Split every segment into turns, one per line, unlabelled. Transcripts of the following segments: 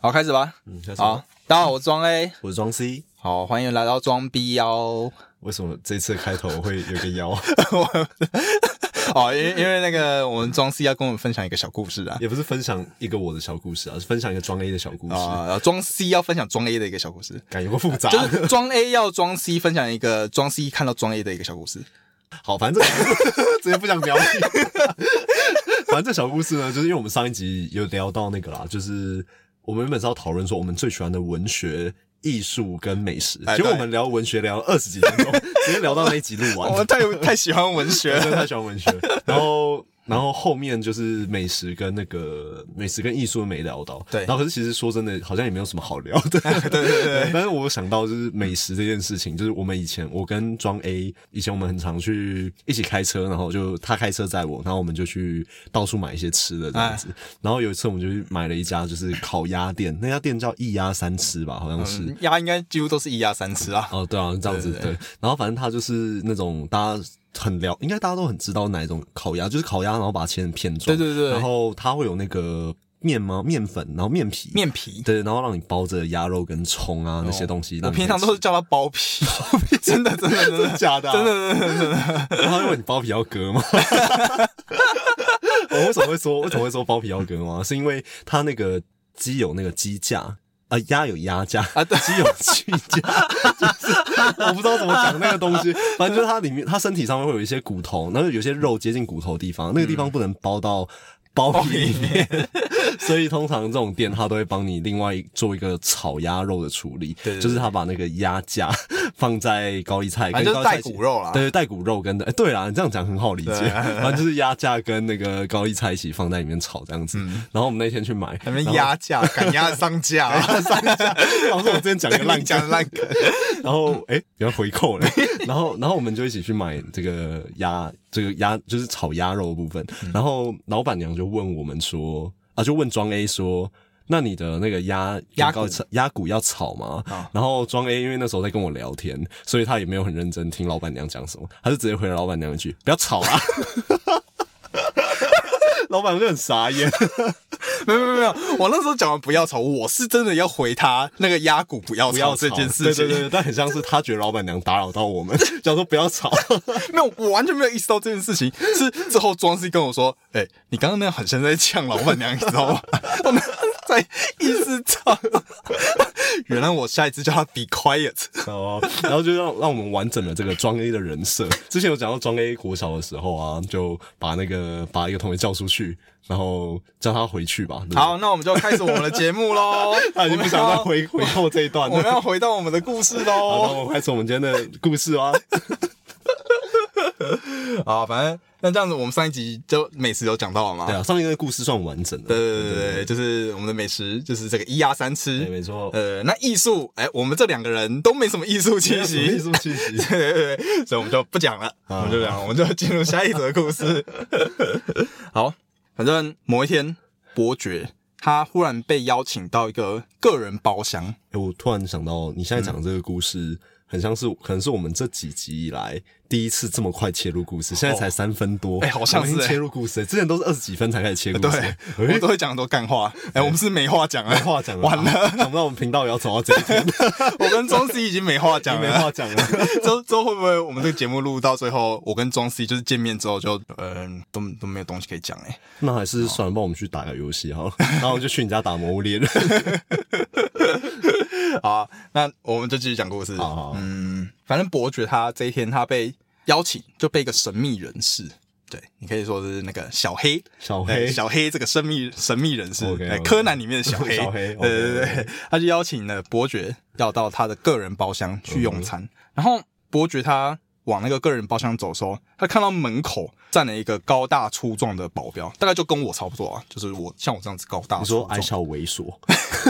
好，开始吧。
嗯，开始吧
好，，大家好，我是庄 A，
我是庄 C。
好，欢迎来到庄 B 哦。
为什么这次开头我会有个腰？
哦，因为因为那个我们庄 C 要跟我们分享一个小故事 啊。
也不是分享一个我的小故事啊，是分享一个庄 A 的小故事。
啊、庄 C 要分享庄 A 的一个小故事，
感觉会复杂，
就是庄 A 要庄 C 分享一个庄 C 看到庄 A 的一个小故事。
好，反正这 直接不想聊你。反正这小故事呢，就是因为我们上一集有聊到那个啦，就是我们原本是要讨论说我们最喜欢的文学、艺术跟美食，
哎
结
对
果我们聊文学聊了二十几分钟， 直接聊到那一集录 完。
我们太太喜欢文学
真
了，
的太喜欢文 学。然后，然后后面就是美食跟那个美食跟艺术没聊到。
对
然后可是其实说真的，好像也没有什么好聊的。 对对对。但是我想到就是美食这件事情，就是我们以前我跟庄 A 以前我们很常去一起开车，然后就他开车载我，然后我们就去到处买一些吃的这样子。然后有一次我们就去买了一家就是烤鸭店，那家店叫一鸭三吃吧，好像是。
嗯鸭应该几乎都是一鸭三吃啊。
哦，对啊，这样子
对
对
对
然后反正它就是那种大家很了，应该大家都很知道哪一种烤鸭，就是烤鸭，然后把它切成片状，
对对对
然后它会有那个面吗？面粉，然后面皮，
面皮，
对，然后让你包着鸭肉跟葱啊那些东西。
我
让你
平常 都是叫它包皮， 真的真的真的
假的啊
真 的真的真的。
吃，然后问你包皮要割吗？ 我为什么会说为什么会说包皮要割吗？是因为它那个鸡有那个鸡架，啊、鸭有鸭架，
啊对
鸡有鸡架，就是我不知道怎么讲那个东西，反正就是它里面，它身体上面会有一些骨头，然后有些肉接近骨头的地方，那个地
嗯
方不能包到包皮里面。 所以通常这种店，它都会帮你另外做一个炒鸭肉的处理，
对对对
就是他把那个鸭架放在高丽菜，
反
跟
正
高
就是
丽菜
带
一起
骨肉啦
对，带骨肉跟哎、对啦，你这样讲很好理解，
对
反正就是鸭架跟那个高丽菜一起放在里面炒这样子。然后我们那天去买，
那边嗯压 价，赶压上架啊，
老师我之前讲一 个烂
讲烂梗。
然后哎，你要回扣了， 然后然后我们就一起去买这个鸭，这个鸭就是炒鸭肉的部分。
嗯
然后老板娘就问我们说，啊，就问庄 A 说。那你的那个鸭
鸭
高
骨
炒鸭骨要炒吗？
啊
然后庄 A 因为那时候在跟我聊天，所以他也没有很认真听老板娘讲什么，他就直接回了老板娘一句：“不要吵 啊！”老板娘就很傻眼，
没有没有没有，我那时候讲完不要吵，我是真的要回他那个压骨不要
不要
吵
吵
这件事情。
对对对，但很像是他觉得老板娘打扰 到我们，想说不要吵。
没有，我完全没有意识到这件事情。是之后庄司跟我说：“哎、你刚刚那样很像在呛老板娘，你知道吗？”我那时候才意识到，原来我下一次叫他 be quiet。
哦， 然后就让让我们完整了这个庄 A 的人设。 之前有讲到庄 A 国小的时候啊，就把那个把一个同学叫出去，然后叫他回去吧。对不 对，
好，那我们就开始我们的节目喽。
他已经不想再回 回扣这一段
我们要，我们
了。
要回到我们的故事
好，
喽。
那我们开始我们今天的故事啊。
啊，反正那这样子，我们上一集就美食有讲到了嘛？
对啊，上一个故事算完整的。
对对对对对，就是我们的美食，就是这个一鸭三吃，
对没错
呃，那艺术，哎，我们这两个人都没什么啊艺术气
艺
息，
术气息。
对对对对，所以我们就不讲了，我们就讲，我们就进入下一则故事。 好，反正某一天，伯爵他忽然被邀请到一个个人包厢，
哎我突然想到，你现在讲这个故事，很像是可能是我们这几集以来第一次这么快切入故事，现在才三分多，
哎好像是
我们已经
哎
切入故事，之前都是二十几分才开始切故事。
对我们都会讲很多干话，哎，我们是没话讲啊，
没话讲了，
完了，
想不到我们频道也要走到这一天，
我跟庄司已经没话讲
没
了。
话讲了。
之后之后会不会我们这个节目录到最后，我跟庄 C 就是见面之后就嗯、都都没有东西可以讲哎、
那还是算了，帮我们去打个游戏 好了，然后我就去你家打魔物猎人。
好啊、那我们就继续讲故事。
好好好
嗯，反正伯爵他这一天他被邀请，就被一个神秘人士，对你可以说是那个小黑，
小
对
黑，
小黑这个神秘神秘人士，
OK，OK
对柯南里面的小黑，
小黑
对对对
OK，OK
对，他就邀请了伯爵要到他的个人包厢去用
嗯
餐，然后伯爵他。往那个个人包厢走的时候，他看到门口站了一个高大粗壮的保镖，大概就跟我差不多啊，就是我像我这样子高大
你
粗
说
壮。
矮小猥琐，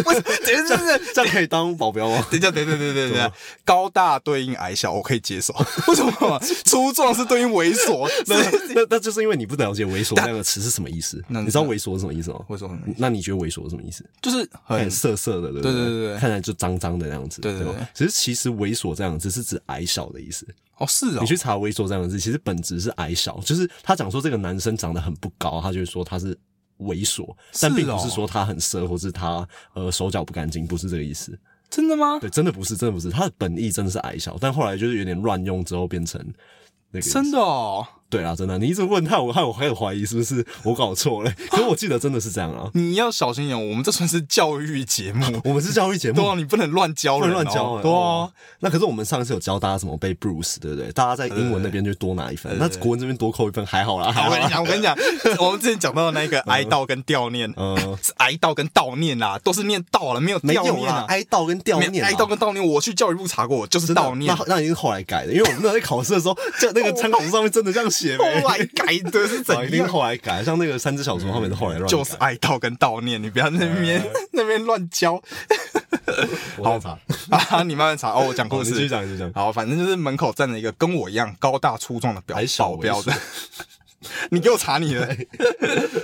为什么？等一下等一下
这样可以当保 镖吗？
等一下，等一下，等一下等一下，高大对应矮小，我可以接 受。为什么 粗壮是对应猥琐？
那
是
那那就是因为你不了解“猥琐”那个词是什么意思。
那
你知道“猥琐”是什么意思吗？
猥
嗯
琐是什么意
那你觉得“猥琐”是什么意思？
就是很
很色色的，对不对
呃对对对对
看起来就脏脏的那样子，
对对对
吧？其实其实“猥琐”这样子是指矮小的意思，
哦，是是哦
你去查猥琐这两个字，其实本质是矮小，就是他讲说这个男生长得很不高，他就会说他是猥琐，但
是
并不
哦
是说他很色，或是他呃手脚不干净，不是这个意思。
真的吗？
对，真的不是，真的不是，他的本意真的是矮小，但后来就是有点乱用之后变成那个意思
真的哦，
对啊，真的，你一直问他，我害我还有怀疑是不是我搞错了，可我记得真的是这样啊。，
你要小心一点，我们这算是教育节目
我们是教育节目
对，啊，你不能乱教
不
人
能
哦，
乱教啊。
对啊
哦，那可是我们上次有教大家怎么背 Bruce，对不对？大家在英文那边就多拿一分，那国文这边多扣一分，还好啦。还
好
好啊
我跟你
啦
讲，我跟 你讲，我们之前讲到的那个哀悼跟悼念，
嗯
是哀悼跟悼念啦，都是念悼了，没有
没
悼
有
念
啦
啊，，
哀悼跟悼
没有
念啊，
哀悼跟悼念，我去教育部查过，就是
真的啊
悼念。
那那已经是后来改的，因为我们那在考试的时候， 这那个参考书上面真的这样写
后
呗。
来改的是
啊一
怎
定是
样？
后来改，像那个三只小猪，他们也是后来乱改。
就是哀悼跟悼念，你不要在那边 那边乱教
我在查，
啊！你慢慢查哦，我讲故
好你继
事
续。讲，继续讲。
好，反正就是门口站着一个跟我一样高大粗壮的表
矮小
保镖的， 你给我查 你的。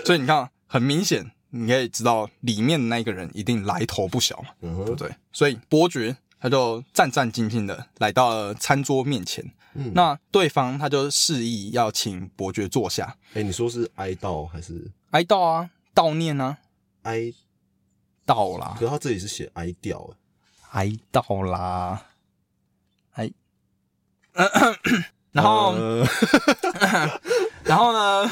所以你看，很明显，你可以知道里面的那个人一定来头不小嘛，
嗯
对不
哼
对？所以伯爵他就战战兢兢的来到了餐桌面前，
嗯
那对方他就示意要请伯爵坐下，
哎，你说是哀悼还是
哀悼啊，悼念啊，
哀？
悼啦
可，是他这里是写哀悼，哎
哀悼啦，哎哀。哎 然后，
呃
然后呢？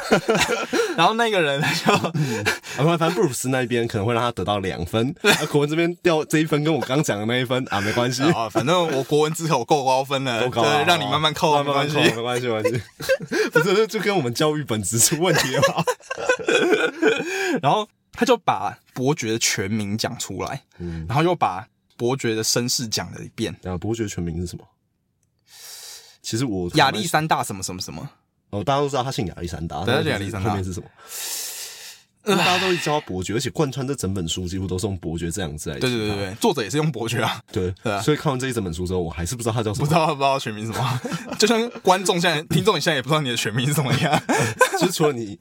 然后那个人他就
啊，反正布鲁斯那边可能会让他得到两 分，那国文这边掉这一分，跟我刚讲的那一分啊，没关系，
啊，反正我国文字口够高分了，
都高啊
对，让你慢慢扣，
慢慢慢
没
扣，
关系。
没关系，没关系， 不是，这就跟我们教育本质出问题了 吧？
然后他就把伯爵的全名讲出来，
嗯，
然后又把伯爵的身世讲了一遍，
啊，伯爵全名是什么？其实我
亚历山大什么什么什么，
哦，大家都知道他姓亚历山大，
对
但
他
是
姓亚历山大
后面是什么？大家都会叫他伯爵，而且贯穿这整本书几乎都是用伯爵这两个字来
对对对对对，作者也是用伯爵啊，
对
对啊
所以看完这一整本书之后，我还是不知道他叫什
不
么
知，道不知道全名是什么， 就像观众现在、听众你现在也不知道你的全名是什么样。
就是除了你，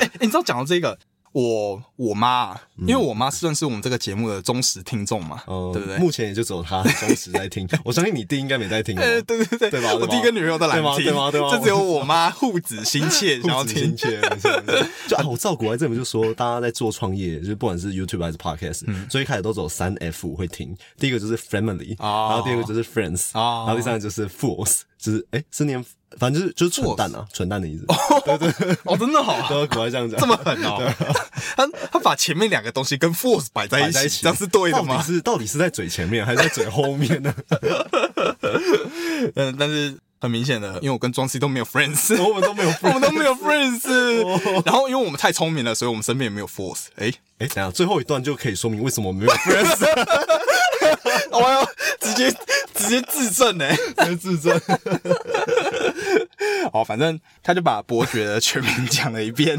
哎、你知道讲到这个，我我妈啊，因为
嗯
我妈算是我们这个节目的忠实听众嘛，
呃，
对不对？
目前也就只有他忠实在听，我相信你弟应该没在听哦吧，
呃，对对对，
对吧
我
对吧
弟跟女朋友都来
对吗
听，
对吗对吗
就只有我妈护子心 切想要
父子
听
心。切，没错 没错就啊，我照古来这本就说，大家在做创业，就是不管是 YouTube 还是
嗯
Podcast，最一开始都只有三 F 会听，第一个就是 Family，
哦
然后第二个就是 Friends，
哦
然后第三个就是 Fools，就是哎是念，反正就是就是蠢蛋啊，蠢蛋的意思，
哦，真的好、
都要古来这样讲，啊
这么狠哦！他他把前面两个东西跟 force 摆在
摆
一
在
起，
一起，
这样是对的
到
吗
底？是到底是在嘴前面还是在嘴后面呢？
嗯，但是很明显的，因为我跟庄西都没有 friends，
我们都没有
我
Friends。
们都没有
哦
friends。然后因为我们太聪明了，所以我们身边也没有 force。哎，
哎，等一下最后一段就可以说明为什么我们没有 Friends
我
哦
要哎直接直接自证哎！
来 自证。
哦，反正他就把伯爵的全名讲了一遍。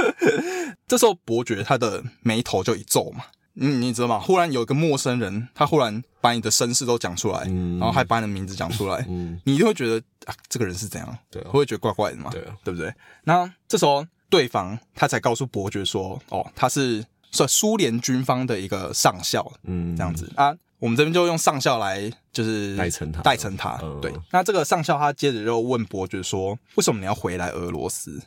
这时候伯爵他的眉头就一皱嘛，嗯，你知道吗？忽然有一个陌生人，他忽然把你的身世都讲出来，
嗯
然后还把你的名字讲出来，
嗯
你一定会觉得啊，这个人是怎样？
对啊
会不会觉得怪怪的嘛？
对啊
对不对？那这时候对方他才告诉伯爵说，哦，他是算苏联军方的一个上校，
嗯
这样子啊。我们这边就用上校来，就是
代称他
代称他。
嗯
对，那这个上校他接着就问伯爵说：“为什么你要回来俄罗斯？”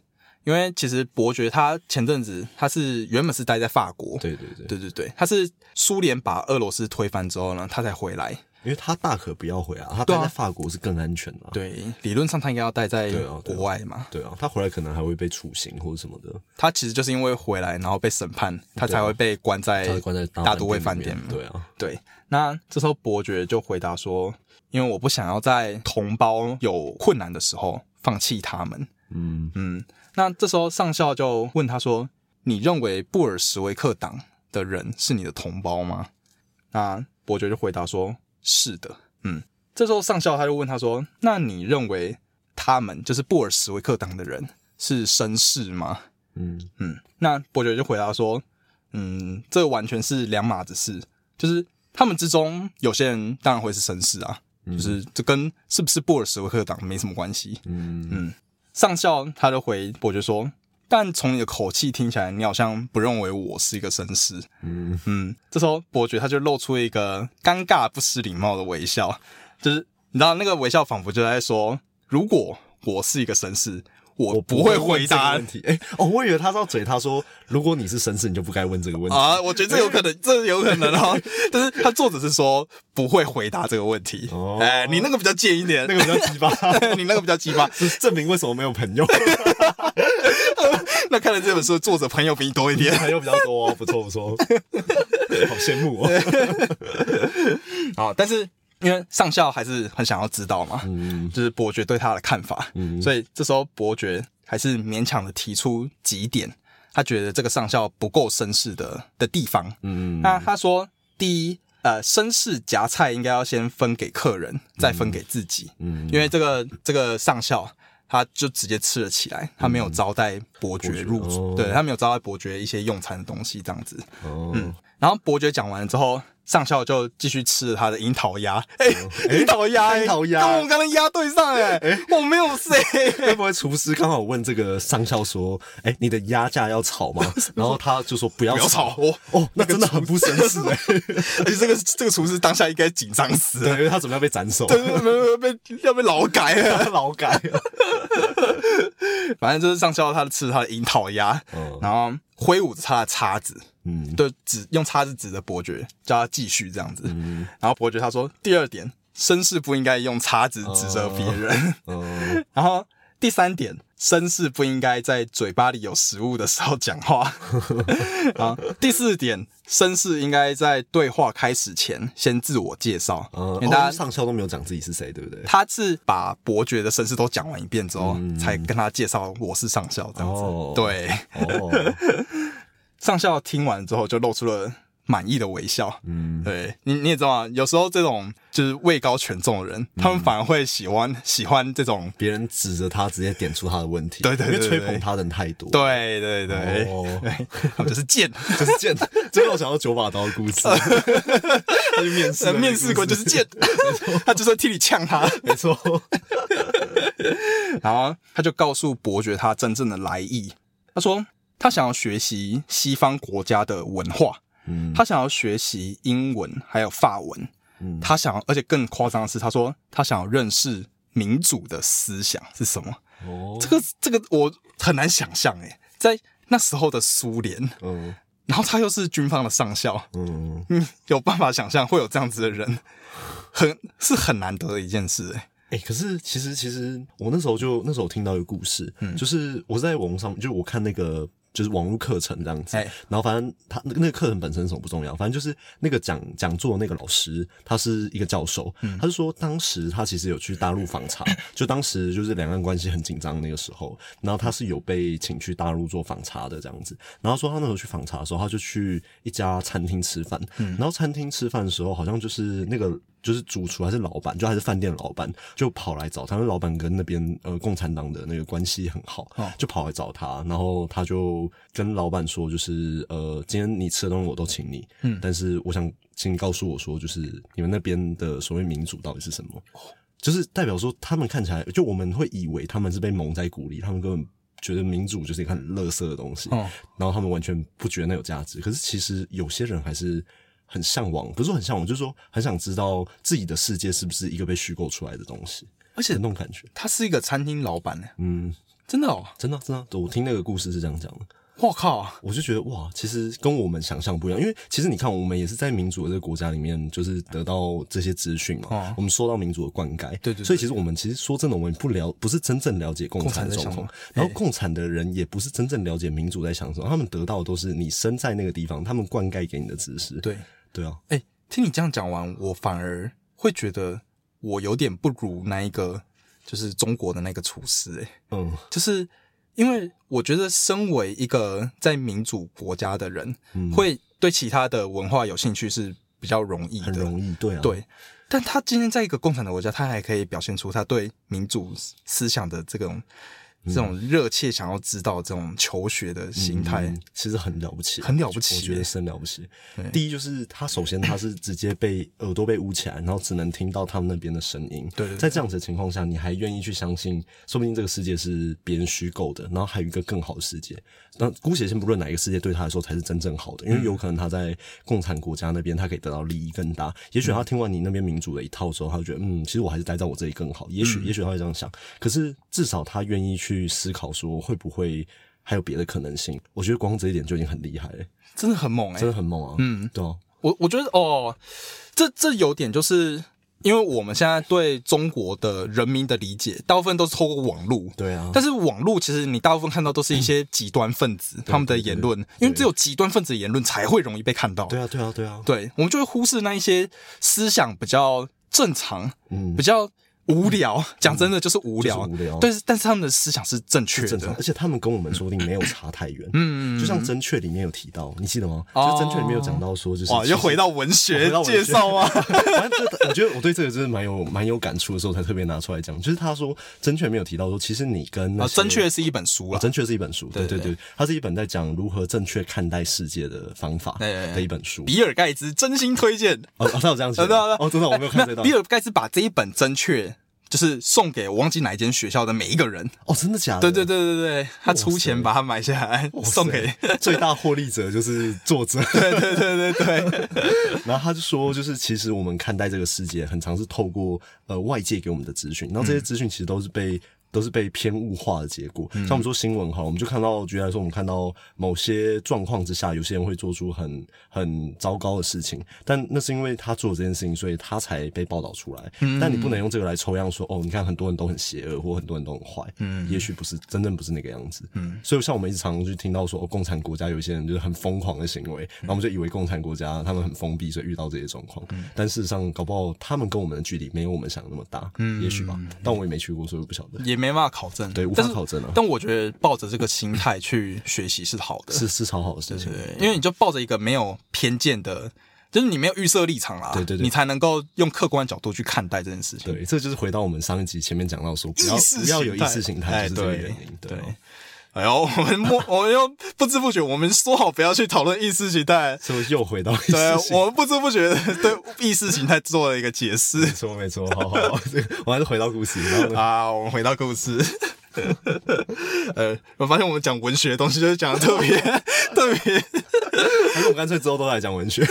因为其实伯爵他前阵子他是原本是待在法国，
对对对，
对对对，他是苏联把俄罗斯推翻之后呢，他才回来。
因为他大可不要回啊，他
对啊
待在法国是更安全的啊。
对，理论上他应该要待在
对啊对啊
国外嘛，
对啊，他回来可能还会被处刑或者什么的，
他其实就是因为回来然后被审判，他才会被关
啊他
在
会关在
哎大都会饭
里面
店。
对啊，
对，那这时候伯爵就回答说：“因为我不想要在同胞有困难的时候放弃他们。
嗯”，
嗯，那这时候上校就问他说：“你认为布尔什维克党的人是你的同胞吗？”那伯爵就回答说：“是的。”嗯，这时候上校他就问他说：“那你认为他们就是布尔什维克党的人是绅士吗？”
嗯，
嗯，那伯爵就回答说，嗯，这完全是两码子事，就是他们之中有些人当然会是绅士啊，就是这跟是不是布尔什维克党没什么关系。
嗯，
上校他就回伯爵说，但从你的口气听起来，你好像不认为我是一个绅士。
嗯，
嗯，这时候伯爵他就露出一个尴尬不失礼貌的微笑，就是你知道那个微笑仿佛就在说，如果我是一个绅士，我
我
不会回答
问这个问题。哎、哦，我以为他是要嘴他说，如果你是绅士，你就不该问这个问题。
啊，我觉得这有可 能，这有可能哦。但是他作者是说不会回答这个问题。
哦
哎，你那个比较贱一点，
那个比较鸡巴，
你那个比较鸡巴。
是证明为什么没有朋友，
那看来这本书的作者朋友比你多一 点。
朋友比较多、哦，不错 不错，好羡慕哦。
啊，但是因为上校还是很想要知道嘛，
嗯
就是伯爵对他的看法，
嗯
所以这时候伯爵还是勉强的提出几点，他觉得这个上校不够绅士的的地方。
嗯
那他说，第一，呃，绅士夹菜应该要先分给客人，再分给自己，
嗯
因为这个这个上校。他就直接吃了起来，他没有招待嗯伯爵入
伯爵
住，
哦
对他没有招待伯爵一些用餐的东西这样子。
哦，
然后伯爵讲完之后，上校就继续吃了他的樱桃鸭。哎、樱桃鸭、哎
樱桃鸭
跟我们刚才鸭对上哎、我没有谁。
会不会厨师刚好问这个上校说：“哎、你的鸭架要炒吗？” 然后他就说：“不 要
不要
炒。
吵我，
哦，那真的很不绅士 哎、
而且这个这个厨师当下应该紧张死
对，
了，
因为他准备要被斩首，
对对对，被要被劳改哦了。
劳改。
反正就是上校他吃他的樱桃鸭，
嗯
然后挥舞着他的叉子，
嗯
就指用叉子指着伯爵，叫他继续这样子。
嗯
然后伯爵他说第二点，绅士不应该用叉子指责别人。
嗯，
然后第三点，绅士不应该在嘴巴里有食物的时候讲 话。啊，第四点，绅士应该在对话开始前先自我介绍，
嗯
因为大
哦
家。
上校都没有讲自己是谁，对 不对？
他是把伯爵的绅士都讲完一遍之后，才跟他介绍我是上校这样子。
嗯哦
对，
哦，
上校听完之后就露出了满意的微笑。
嗯，
对你你也知道啊，有时候这种就是位高权重的人，他们反而会喜欢喜欢这种。
别人指着他，直接点出他的问题，
对对对
因为
对
吹捧他的人太多，，
对对对，
哦
对，他们就是贱。
就是见，这让我想到九把刀的 故事，他去面试
呃
的那个故事，
面试官就是贱，他就是替你呛他，
没错，
然后他就告诉伯爵他真正的来意。他说他想要学习西方国家的文化，
嗯
他想要学习英文还有法文，
嗯
他想要，而且更夸张的是，他说他想要认识民主的思想是什么。
哦
这个这个我很难想象诶，在那时候的苏联，
嗯
然后他又是军方的上校，
嗯，
嗯，有办法想象会有这样子的人，很是很难得的一件事、欸。
哎、可是其实其实我那时候就那时候我听到一个故事，就是我在网络上，就是我看那个就是网络课程这样子，
哎
然后反正他那那个课程本身什么不重要，反正就是那个讲讲座的那个老师，他是一个教授，他就说当时他其实有去大陆访查，就当时就是两岸关系很紧张那个时候，然后他是有被请去大陆做访查的这样子，然后说他那时候去访查的时候，他就去一家餐厅吃饭，
嗯
然后餐厅吃饭的时候，好像就是那个就是主厨还是老板，就还是饭店老板，就跑来找他。那老板跟那边呃共产党的那个关系很好，
哦
就跑来找他，然后他就跟老板说，就是呃，今天你吃的东西我都请你，
嗯
但是我想请你告诉我说，就是你们那边的所谓民主到底是什么？就是代表说他们看起来，就我们会以为他们是被蒙在鼓里，他们根本觉得民主就是一个很垃圾的东西，
哦
然后他们完全不觉得那有价值。可是其实有些人还是很向往，不是说很向往，就是说很想知道自己的世界是不是一个被虚构出来的东西，
而
那
且
种感觉。
他是一个餐厅老板、欸，
嗯，
真的哦，
真的啊、真的啊、我听那个故事是这样讲的。
我靠，
我就觉得哇，其实跟我们想象不一样，因为其实你看，我们也是在民主的这个国家里面，就是得到这些资讯嘛，
哦
我们受到民主的灌溉，
对对对
所以其实我们其实说真的，我们不了，不是真正了解共产的
共产在
状
想什
况
么，哎
然后共产的人也不是真正了解民主在想什么，他们得到的都是你身在那个地方，他们灌溉给你的知识，
对，
对啊，
哎、听你这样讲完，我反而会觉得我有点不如那一个，就是中国的那个厨师、欸，
嗯
就是因为我觉得身为一个在民主国家的人，
嗯，
会对其他的文化有兴趣是比较容易的，
很容易，对啊，
对，但他今天在一个共产的国家，他还可以表现出他对民主思想的这种
嗯
这种热切想要知道这种求学的心态
嗯，其实很了不起，
很了不起哎
我觉得是很了不起。第一就是他首先他是直接被耳朵被捂起来，然后只能听到他们那边的声音。
对对对
在这样子的情况下，你还愿意去相信，说不定这个世界是别人虚构的，然后还有一个更好的世界。那姑且先不论哪一个世界对他来说才是真正好的，因
嗯
为有可能他在共产国家那边，他可以得到利益更大。也
嗯
许他听完你那边民主的一套之后，他就觉得，嗯，其实我还是待在我这里更好。也许，
嗯
也许他会这样想。可是至少他愿意去思考，说会不会还有别的可能性？我觉得光这一点就已经很厉害了，
真的很猛哎、
真的很猛啊！嗯，对啊，
我我觉得哦，这这有点就是因为我们现在对中国的人民的理解，大部分都是透过网络。
对啊，
但是网络其实你大部分看到都是一些极端分
嗯
子他们的言论，因为只有极端分子的言论才会容易被看到。
对啊，对啊，对啊，
对，我们就会忽视那一些思想比较正常、
嗯
比，较无聊。讲真的，就是无聊，
就是无聊
但是但是他们的思想是正确
正常，
的。
而且他们跟我们说不定没有差太远。
嗯
就像《真确》里面有提到，你记得吗？
哦
就是《真确》里面有讲到说，就是
哇，
其实
又回到文学介绍啊
啊，！反正这我觉得我对这个真的蛮有蛮有感触的时候，才特别拿出来讲。就是他说《真确》没有提到说，其实你跟那
啊，
些
正确是一本书啊，
啊，正确是一本书，对
对
对
对
对，它是一本在讲如何正确看待世界的方法
对对对
的一本书。
比尔盖茨真心推荐。
哦，哦他有这样写
呃，
吗，
对啊对啊
哦，真的我没有看这
那
段
比。尔盖茨把这一本《真确》就是送给我忘记哪一间学校的每一个人。
哦，真的假的？
对对对对对，他出钱
哇塞
把它买下来
哇塞，
送给。
最大获利者就是作者。
对对对对对，
然后他就说，就是其实我们看待这个世界，很常是透过呃外界给我们的资讯，然后这些资讯其实都是被。都是被偏误化的结果。
嗯
像我们说新闻哈，我们就看到，举例来说，我们看到某些状况之下，有些人会做出很很糟糕的事情，但那是因为他做这件事情，所以他才被报道出来。但你不能用这个来抽样说，哦，你看很多人都很邪恶，或很多人都很坏。嗯，也许不是真正不是那个样子。嗯，所以像我们一直常常就听到说，哦，共产国家有一些人就是很疯狂的行为，然后我们就以为共产国家他们很封闭，所以遇到这些状况。但事实上，搞不好他们跟我们的距离没有我们想的那么大。嗯，也许吧。但我也没去过，所以我不晓得。
也没办法考证，
对无法
但是
考证啊
但我觉得抱着这个心态去学习是好的，
是是超好的事情
对，，对因为你就抱着一个没有偏见的，就是你没有预设立场啦，
对对对
你才能够用客观角度去看待这件事情。
对，这就是回到我们上一集前面讲到说，不要
意识
不要有意识形
形
态，
态
就是这个
哎对
原因。对啊，
对哎呦，我们 默，我们又不知不觉，我们说好不要去讨论意识形态，
所以又回到意识
对
形，态。
我们不知不觉的对意识形态做了一个解释
没错没错，好好，好这个我还是回到故事。 然后呢，
啊。我们回到故事， 呃，我发现我们讲文学的东西就是讲的特别 特别，
还是我干脆之后都来讲 文学，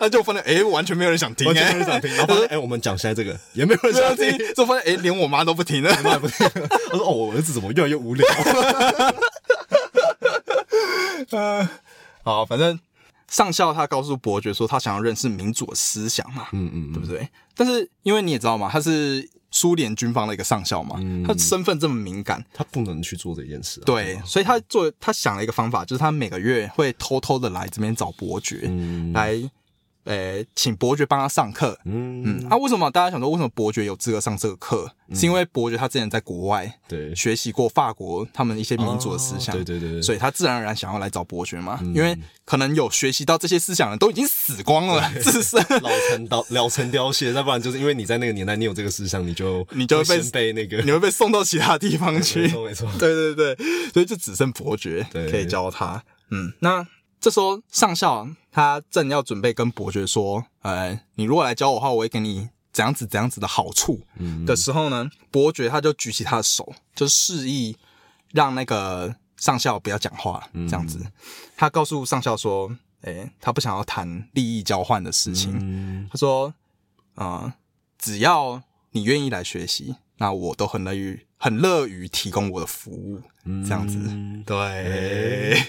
那就发现哎、完全没有人想听、
完全
哎
没有人想听。然后发现哎，我们讲现在这个也没有人
没有
想
人
听。
听，就发现哎、连我妈都不听 了。
我不听我说哦，我儿子怎么越来越 无聊？啊
好，反正上校他告诉伯爵说，他想要认识民主的思想嘛，
嗯嗯
对不对？但是因为你也知道嘛，他是苏联军方的一个上校嘛，
嗯
他身份这么敏感，
他不能去做这件事、啊。
对，所以他做他想了一个方法，就是他每个月会偷偷的来这边找伯爵，
嗯
来，呃，请伯爵帮他上课。
嗯，
嗯，啊，为什么大家想说为什么伯爵有资格上这个课？是因为伯爵他之前在国外
对，哦
学习过法国他们一些民主的思想，
对对对对，嗯
所以他自然而然想要来找伯爵嘛，因为可能有学习到这些思想的人都已经死光了，自 身
老成雕老成凋谢，再不然就是因为你在那个年代你有这个思想，你就
你就会被
会先被那个
你会被送到其他地方
没
去。
错没错，
对对对，所以就只剩伯爵
对
可以教他。嗯，那这时候上校他正要准备跟伯爵说，呃，你如果来教我的话，我会给你怎样子怎样子的好处。
嗯
的时候呢，伯爵他就举起他的手，就示意让那个上校不要讲话，
嗯
这样子。他告诉上校说：“诶、他不想要谈利益交换的事情。
嗯
他说：“啊、只要你愿意来学习，那我都很乐于很乐于提供我的服务。这样子
嗯”
对，
哎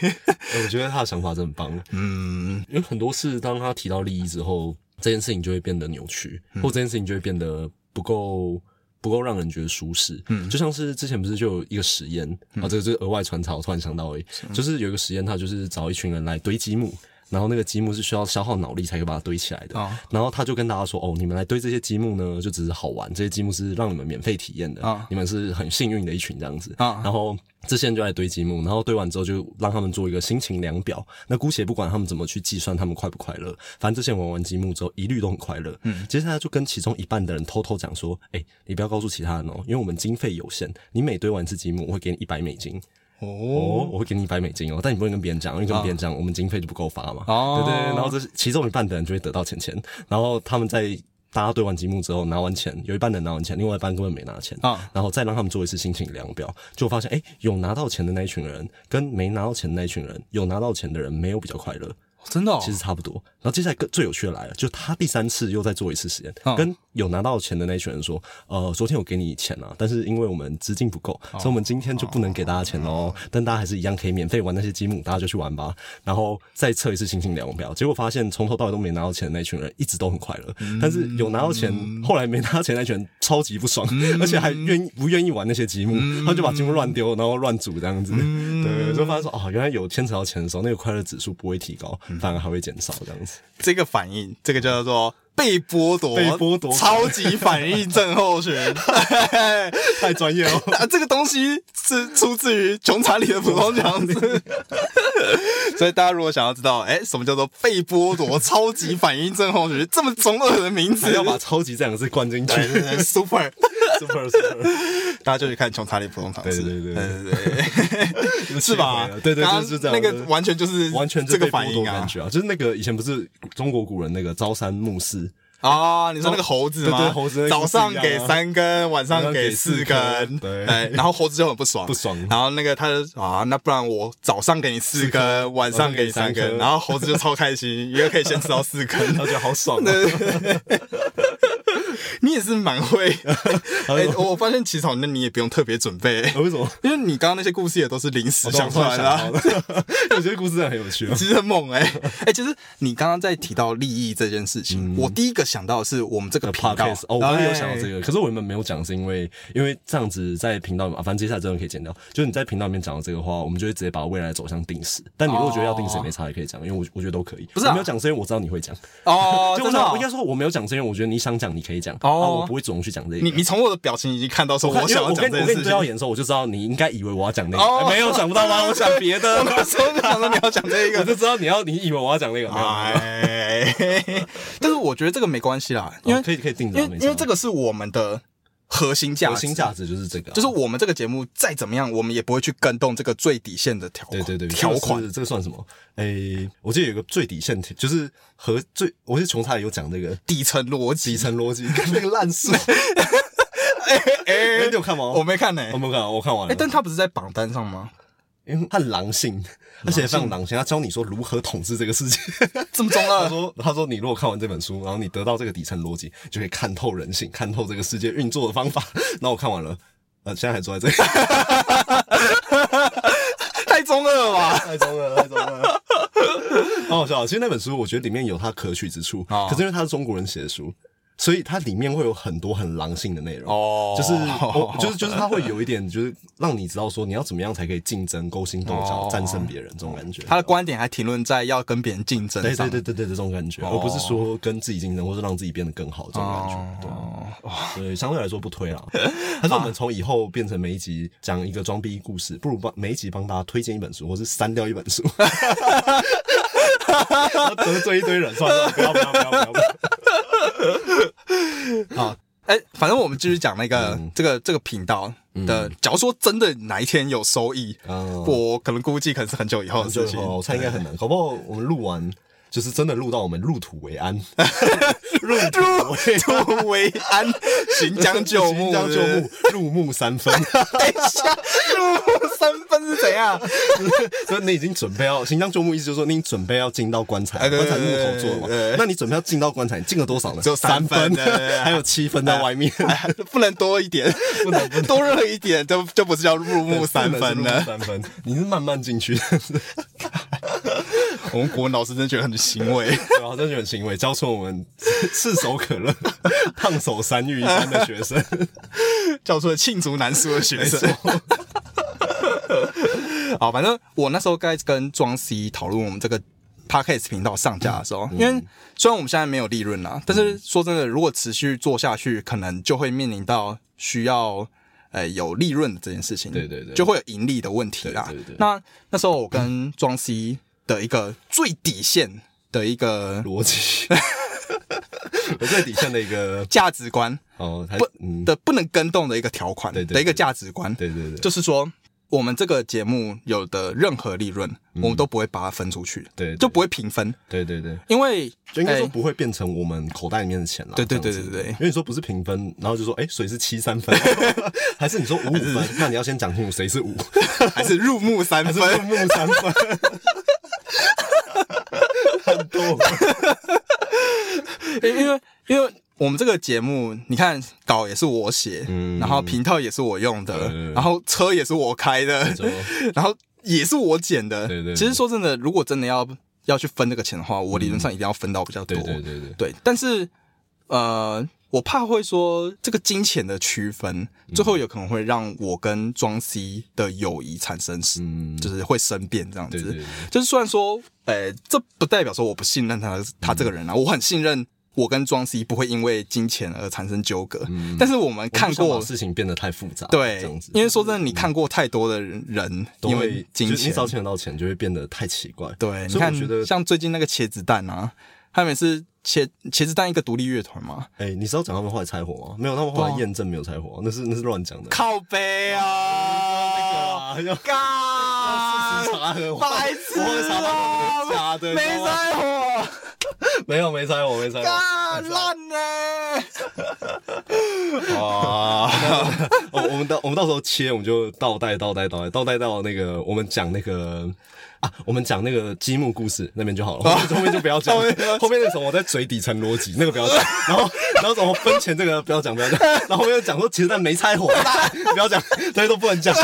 我觉得他的想法真的很棒，
嗯，
因为很多事当他提到利益之后，这件事情就会变得扭曲，或这件事情就会变得不够。不够让人觉得舒适，嗯，就像是之前不是就有一个实验、啊，这个是额外传查，我突然想到而已，就是有一个实验，它就是找一群人来堆积木，然后那个积木是需要消耗脑力才可以把它堆起来的。
啊
然后他就跟大家说：“哦，你们来堆这些积木呢，就只是好玩，这些积木是让你们免费体验的，
啊
你们是很幸运的一群这样子。
啊
然后这些人就来堆积木，然后堆完之后就让他们做一个心情量表。那姑且不管他们怎么去计算他们快不快乐，反正这些人玩完积木之后一律都很快乐。嗯，接下来就跟其中一半的人偷偷讲说：“哎、你不要告诉其他人哦，因为我们经费有限，你每堆完一次积木，我会给你一百美金。”
哦
哦，啊我会给你一百美金哦，但你不能跟别人讲，因为跟别人讲，我们经费就不够发嘛。
哦
对对，对然后这是其中一半的人就会得到钱钱，然后他们在大家对完积木之后拿完钱，有一半人拿完钱，另外一半根本没拿钱
啊
然后再让他们做一次心情量表，就发现哎，诶有拿到钱的那一群人跟没拿到钱的那一群人，有拿到钱的人没有比较快乐，
真的哦
其实差不多。然后接下来更最有趣的来了，就他第三次又再做一次实验，
嗯
跟有拿到钱的那一群人说，呃，昨天我给你钱啊，但是因为我们资金不够，所以我们今天就不能给大家钱喽。但大家还是一样可以免费玩那些积木，大家就去玩吧。然后再测一次心情量表，结果发现从头到尾都没拿到钱的那一群人一直都很快乐，
嗯
但是有拿到钱，后来没拿到钱那群人超级不爽，
嗯
而且还愿意不愿意玩那些积木，他们就把积木乱丢，然后乱组这样子。
嗯
对，就发现说哦，原来有牵扯到钱的时候，那个快乐指数不会提高，
嗯
反而还会减少这样子。
这个反应，这个叫做被剥夺，
被剥夺
超级反应症候群。
太专业哦了。
那这个东西是出自于穷查理的普通强子。 所以大家如果想要知道，哎、什么叫做被剥夺超级反应症候群，这么中二的名
还
词，
要把“超级”这两个字灌进去
super，
，super super，
大家就去看穷查理普通常识。
对对对
对对对， 是吧？
对对，
刚
就
刚
是这样。
那个完全就是
完全
这
就
个
被
反
剥夺
应啊
感觉啊，就是那个以前不是中国古人那个朝三暮四，
啊！你说那个猴子吗？
对对猴子那个
早上
不是一
给
样啊
三根，晚上给四
晚上给
根，
四根对
然后猴子就很不爽，
不爽
然后那个他就啊，那不然我早上给你四根，晚上给你三
晚上给你三
根，
根
然后猴子就超开心，因为可以先吃到四根。
他觉得好爽啊。
对你也是蛮 会，哎
哎，
我发现起草那你也不用特别准 备，
为什么？
因为你刚刚那些故事也都是临时想出来的啊、
我突然想到了我觉得故事真的很 有 趣啊。
其实很猛 哎、欸、哎、其实你刚刚在提到利益这件事情，我第一个想到的是我们这个频道
嗯 podcast 哦，我也有想到
哎
这个，可是我原本没有讲，是因为因为这样子在频道里面，啊反正接下来真的可以剪掉。就是你在频道里面讲到这个话，我们就会直接把未来的走向定死。但你如果觉得要定死，
哦
也没差也可以讲，因为我我觉得都可以。
不是啊
我没有讲，是因为我知道你会讲。
哦，
就我
真的
想
哦、
我应该说我没有讲，是因为我觉得你想讲你可以讲，啊，
哦
我不会主动去讲这
你
个。
你从我的表情已经看到说
看因为
想要
我
讲
跟
这
我
件
跟
事
你
情
对。到眼的时候，我就知道你应该以为我要讲那个，
哦
哎没有想不到吗？我想别的
我，那时候就想说你要讲 这
我
个，
就知道你要你以为我要讲那个，没有没有
哎，但是我觉得这个没关系啦，因
没有，
为
哦可以可以定
因
着，
为因为这
个
个是我们的核心价
核
值，
心价值就是这个啊，
就是我们这个节目再怎么样，我们也不会去跟动这个最底线的条款
对对对，
条款
这个是这个算什么？诶、我记得有个最底线，就是和最，我记得穷查理有讲这个
底层逻辑
底。层 逻辑，跟那个烂书，
哎
诶你有看吗？
我没看呢，
我没有看，我看完了。
哎，但他不是在榜单上吗？
因为他很狼性，而且非常狼性，他教你说如何统治这个世 界。
这么中
他
二，
说：“他说你如果看完这本书，然后你得到这个底层逻辑，就可以看透人性，看透这个世界运作的方法。”那我看完了，呃，现在还坐在这里，
太中二了 吧？
太中了，太中 了，好好笑啊。其实那本书，我觉得里面有它可取之处，
哦
可是因为它是中国人写的书，所以它里面会有很多很狼性的内容。
哦
就是我就是就是它会有一点，就是让你知道说你要怎么样才可以竞争、勾心斗角、
哦
战胜别人这种感觉。
他的观点还停论在要跟别人竞争
对
上哦
对，对对对，这种感觉，而不是说跟自己竞争，或是让自己变得更好这种感觉，对啊。
哦，
所以相对来说不推啦。但是我们从以后变成每一集讲一个装逼故事，不如帮每一集帮大家推荐一本书，或是删掉一本 书，得罪一堆人，算了，不要不要不要不要。
啊，哎、反正我们继续讲那个、这个这个频道的。假如说真的哪一天有收益，
嗯
我可能估计可能是很久以后的事
最
情。
后我猜应该很难，搞不好我们录完就是真的录到我们入土为安， 入土为安。
入为安，行将就木，
行将就
对
木
不，
入木三分。
对。等一下，入木三分是怎样？
所以你已经准备要行将就木，意思就是说你准备要进到棺材，
哎对
棺材
对
木
对
头做的
对对
嘛
对？
那你准备要进到棺材，你进了多少呢？
只有三分
分，
对对对
还有七分在外面。
哎 不能多一点，不能 多热一点，就就不是叫入木三 分
入木
了。
三分，你是慢 慢进去的，
我们国文老师真的觉得很欣慰。
对啊，这就很欣慰，教出我 们炙手可 热、烫手山芋一般的学生。
叫做罄竹难书的学生。 好，反正我那时候该跟庄 C 讨论我们这个 podcast 频道上架的时
嗯
候，因为虽然我们现在没有利润啦，但是说真的，如果持续做下去，可能就会面临到需要呃有利润的这件事情，
对对对
就会有盈利的问题啦。
对对对
那那时候我跟庄 C 的一个最底线的一个
逻辑， 我最底线的一个
价值观
哦，还
不
嗯，
的不能跟动的一个条款
对对对
的一个价值观，
对对对，
就是说，我们这个节目有的任何利润，
嗯
我们都不会把它分出去，
对对
就不会平分，
对对对，
因为
就应该说
哎
不会变成我们口袋里面的钱啦。
对对
这样子
对对对对
因为你说不是平分，然后就说 哎，谁是七三分， 还是你说五五分？ 那你要先讲清楚谁是 五，
还是入木三
还是
分，
分木三分。很多，
因因为因为我们这个节目，你看稿也是我写，
嗯
然后频道也是我用的，
对对
然后车也是我开的， 然后也是我剪的。
对对对
其实说真的，如果真的要要去分这个钱的话，我理论上一定要分到比较多。
嗯对对对对，
对，但是呃，我怕会说这个金钱的区分，最后有可能会让我跟庄 C 的友谊产生，
嗯，
就是会生变这样子。
对对对
就是虽然说，呃，这不代表说我不信任他，他
嗯
这个人啊，我很信任。我跟庄 C 不会因为金钱而产生纠葛，但是我们看
嗯我
过
不想把事情变得太复杂，
对
这样子，，
因为说真的，你看过太多的人
都
因
会
为金
就是你
钱，
找钱到钱就会变得太奇怪，
对，你
所以我
看
觉得
像最近那个茄子蛋啊，他每次茄茄子蛋一个独立乐团嘛，
哎、你知道讲他们后来拆伙吗？没有，他们后
啊
来验证没有拆伙，啊那是那是乱讲 的。
靠背啊，
要
干，
查核
白痴
我查到他们
啊，
的假的，
没
你知道吗
在火，
没有没拆伙，没拆伙。
干烂呢，
哇！我我们哦到我们到时候切，我们就倒带倒带倒带倒带到那个我们讲那个啊，我们讲那个积木故事那边就好了， 后面后面就不要讲，
后
后
面不要讲
面那个什么我在嘴底层逻辑那个不要讲，然后然后什么分钱这个不要讲不要讲，然后后面又讲说其实但没拆火，不要讲，这些都不能讲。